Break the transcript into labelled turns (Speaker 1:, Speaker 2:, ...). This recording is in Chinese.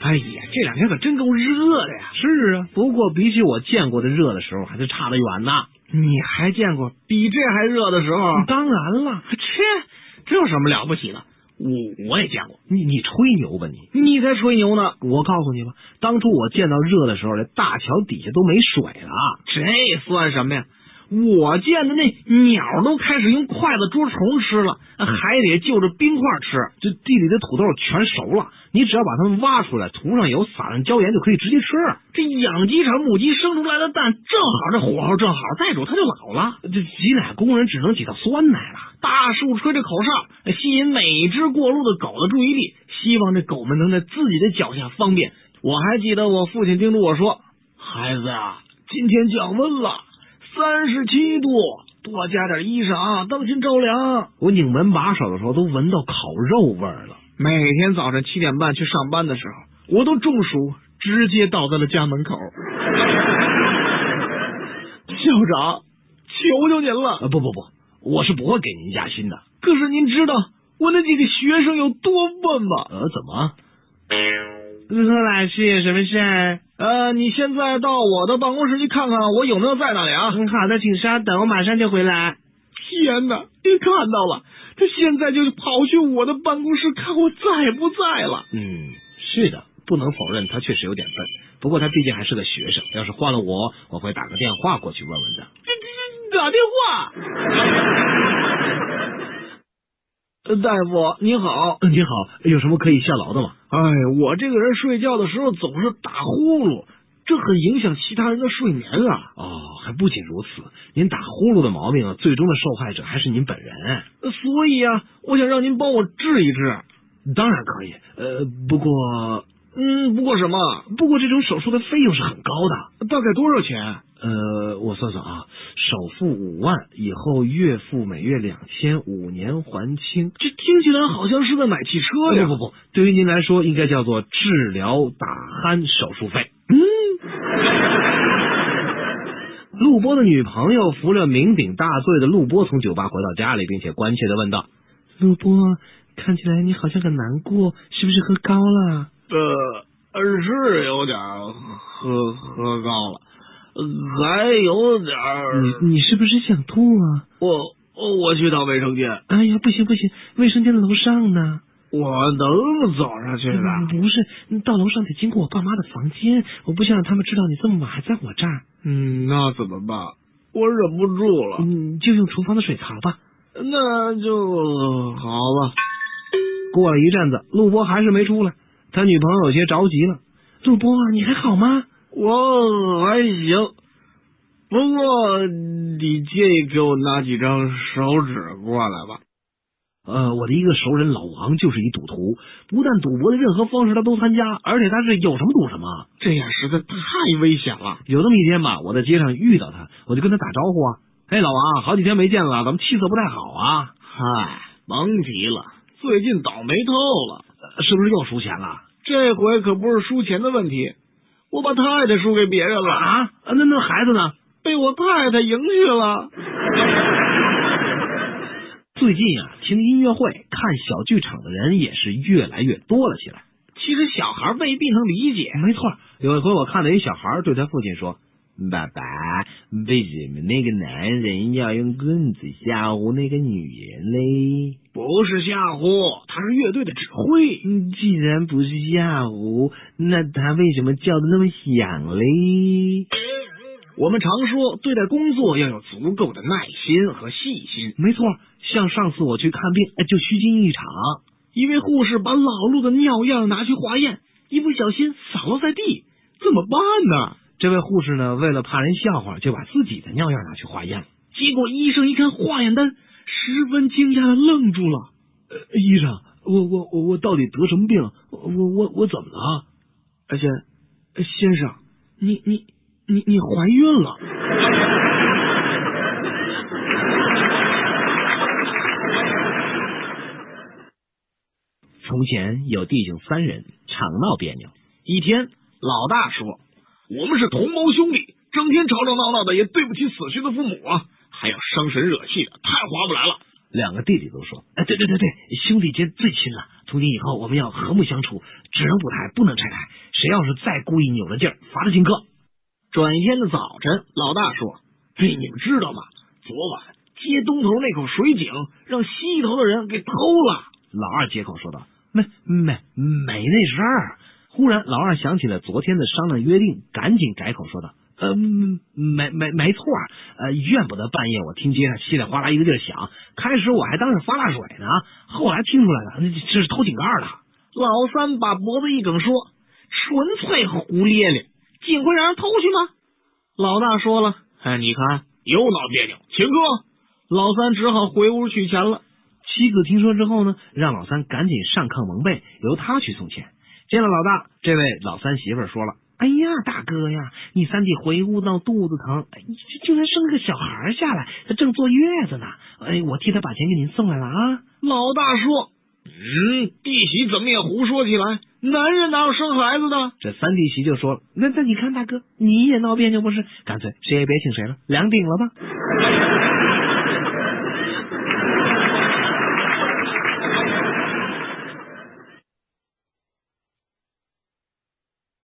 Speaker 1: 哎呀，这两天可真够热的呀！
Speaker 2: 是啊，不过比起我见过的热的时候，还是差得远呐。
Speaker 1: 你还见过比这还热的时候？
Speaker 2: 当然了，
Speaker 1: 切，这有什么了不起的？我我也见过，
Speaker 2: 你你吹牛吧你！
Speaker 1: 你才吹牛呢！
Speaker 2: 我告诉你吧，当初我见到热的时候，这大桥底下都没水了。
Speaker 1: 这算什么呀？我见的那鸟都开始用筷子捉虫吃了，还得就着冰块吃。
Speaker 2: 这嗯地里的土豆全熟了，你只要把它们挖出来，涂上油，撒上椒盐就可以直接吃。
Speaker 1: 这养鸡场母鸡生出来的蛋，正好这火候正好，再煮它就老了。
Speaker 2: 这挤奶工人只能挤到酸奶了。
Speaker 1: 大树吹着口哨，吸引每只过路的狗的注意力，希望这狗们能在自己的脚下方便。我还记得我父亲叮嘱我说：“孩子啊，今天降温了。”三十七度，多加点衣裳，当心着凉。
Speaker 2: 我拧门把手的时候都闻到烤肉味儿了。
Speaker 1: 每天早晨七点半去上班的时候，我都中暑，直接倒在了家门口。 校长，求求您了！
Speaker 2: 呃不不不，我是不会给您加薪的。
Speaker 1: 可是您知道我那几个学生有多笨吗？
Speaker 2: 呃，怎么？
Speaker 1: 老师有什么事儿？呃，你现在到我的办公室去看看，我有没有在那里啊？
Speaker 2: 嗯，好的，请稍等，我马上就回来。
Speaker 1: 天哪，你看到了，他现在就跑去我的办公室看我在不在了。
Speaker 2: 嗯，是的，不能否认他确实有点笨，不过他毕竟还是个学生，要是换了我，我会打个电话过去问问的。
Speaker 1: 这这打电话？呃大夫您好，
Speaker 2: 嗯你好，有什么可以效劳的吗？
Speaker 1: 哎，我这个人睡觉的时候总是打呼噜，这很影响其他人的睡眠啊。
Speaker 2: 哦，还不仅如此，您打呼噜的毛病，啊最终的受害者还是您本人。
Speaker 1: 所以啊，我想让您帮我治一治。
Speaker 2: 当然可以，呃，不过，
Speaker 1: 嗯，不过什么？
Speaker 2: 不过这种手术的费用是很高的，
Speaker 1: 大概多少钱？
Speaker 2: 呃，我算算啊，首付五万，以后月付每月两千，五年还清。呃
Speaker 1: 这听起来好像是在买汽车呀！
Speaker 2: 不不不，对于您来说，应该叫做治疗打鼾手术费。嗯，陆波的女朋友服了酩酊大醉的陆波从酒吧回到家里，并且关切的问道：“陆波，啊看起来你好像很难过，是不是喝高了？”啊
Speaker 1: 呃，是有点喝喝高了。呃还有点儿，
Speaker 2: 你你是不是想吐啊？
Speaker 1: 我哦我去趟卫生间。
Speaker 2: 哎呀，不行不行，卫生间楼上呢。
Speaker 1: 我能走上去的、嗯。
Speaker 2: 不是，你到楼上得经过我爸妈的房间，我不想让他们知道你这么晚还在我这儿。
Speaker 1: 嗯，那怎么办？我忍不住了。
Speaker 2: 嗯，就用厨房的水槽吧。
Speaker 1: 那就好吧。
Speaker 2: 过了一阵子，陆波还是没出来，他女朋友有些着急了。陆波，啊你还好吗？
Speaker 1: 我还行，不过你介意给我拿几张手纸过来吧？
Speaker 2: 呃，我的一个熟人老王就是一赌徒，不但赌博的任何方式他都参加，而且他是有什么赌什么，
Speaker 1: 这样实在太危险了。
Speaker 2: 有那么一天吧，我在街上遇到他，我就跟他打招呼啊，哎，老王，好几天没见了，咱们气色不太好啊。
Speaker 1: 嗨，甭提了，最近倒霉透了，
Speaker 2: 是不是又输钱了？
Speaker 1: 这回可不是输钱的问题。我把太太输给别人了
Speaker 2: 啊！那那孩子呢？
Speaker 1: 被我太太赢去了。
Speaker 2: 最近啊，听音乐会、看小剧场的人也是越来越多了起来。
Speaker 1: 其实小孩未必能理解。
Speaker 2: 没错，有一回我看到一小孩对他父亲说：“爸爸，为什么那个男人要用棍子吓唬那个女人嘞？”
Speaker 1: 不是吓唬，他是乐队的指挥。
Speaker 2: 嗯，既然不是吓唬，那他为什么叫的那么响嘞？
Speaker 1: 我们常说，对待工作要有足够的耐心和细心。
Speaker 2: 没错，像上次我去看病，哎，就虚惊一场，
Speaker 1: 一位护士把老陆的尿样拿去化验，一不小心洒落在地，怎么办呢？
Speaker 2: 这位护士呢，为了怕人笑话，就把自己的尿样拿去化验了。
Speaker 1: 结果医生一看化验单。十分惊讶的愣住了，
Speaker 2: 呃、医生，我我我我到底得什么病？我我我怎么了？
Speaker 1: 哎先先生，你你你你怀孕了？
Speaker 2: 从前有弟兄三人，常闹别扭。
Speaker 1: 一天，老大说：“我们是同谋兄弟，整天吵吵闹闹的，也对不起死去的父母啊。”还有伤神惹气的，太划不来了。
Speaker 2: 两个弟弟都说：“哎，对对对对，兄弟间最亲了。从今以后，我们要和睦相处，只能补胎，不能拆台。谁要是再故意扭了劲儿，罚他请客。
Speaker 1: 转一天的早晨，老大说：“嘿，你们知道吗？昨晚街东头那口水井让西头的人给偷了。
Speaker 2: 老二接口说道：“没没没那事儿。”忽然，老二想起了昨天的商量约定，赶紧改口说道：“呃，没没没错儿，呃，怨不得半夜我听街上稀里哗啦一个劲儿响，开始我还当是发大水呢，后来听出来了，那这是偷井盖的。”
Speaker 1: 老三把脖子一梗说：“纯粹胡咧咧，井会让人偷去吗？”老大说了：“哎，你看又闹别扭，请客。”老三只好回屋取钱了。
Speaker 2: 妻子听说之后呢，让老三赶紧上炕蒙被，由他去送钱。见了老大，这位老三媳妇儿说了：“哎呀，大哥呀，你三弟回屋闹肚子疼，哎竟然生了个小孩儿下来，他正坐月子呢。哎，我替他把钱给您送来了啊。”
Speaker 1: 老大说：“嗯，弟媳怎么也胡说起来？男人哪有生孩子的？
Speaker 2: 这三弟媳就说了：“那那你看大哥，你也闹别扭不是？干脆谁也别请谁了，两顶了吧。”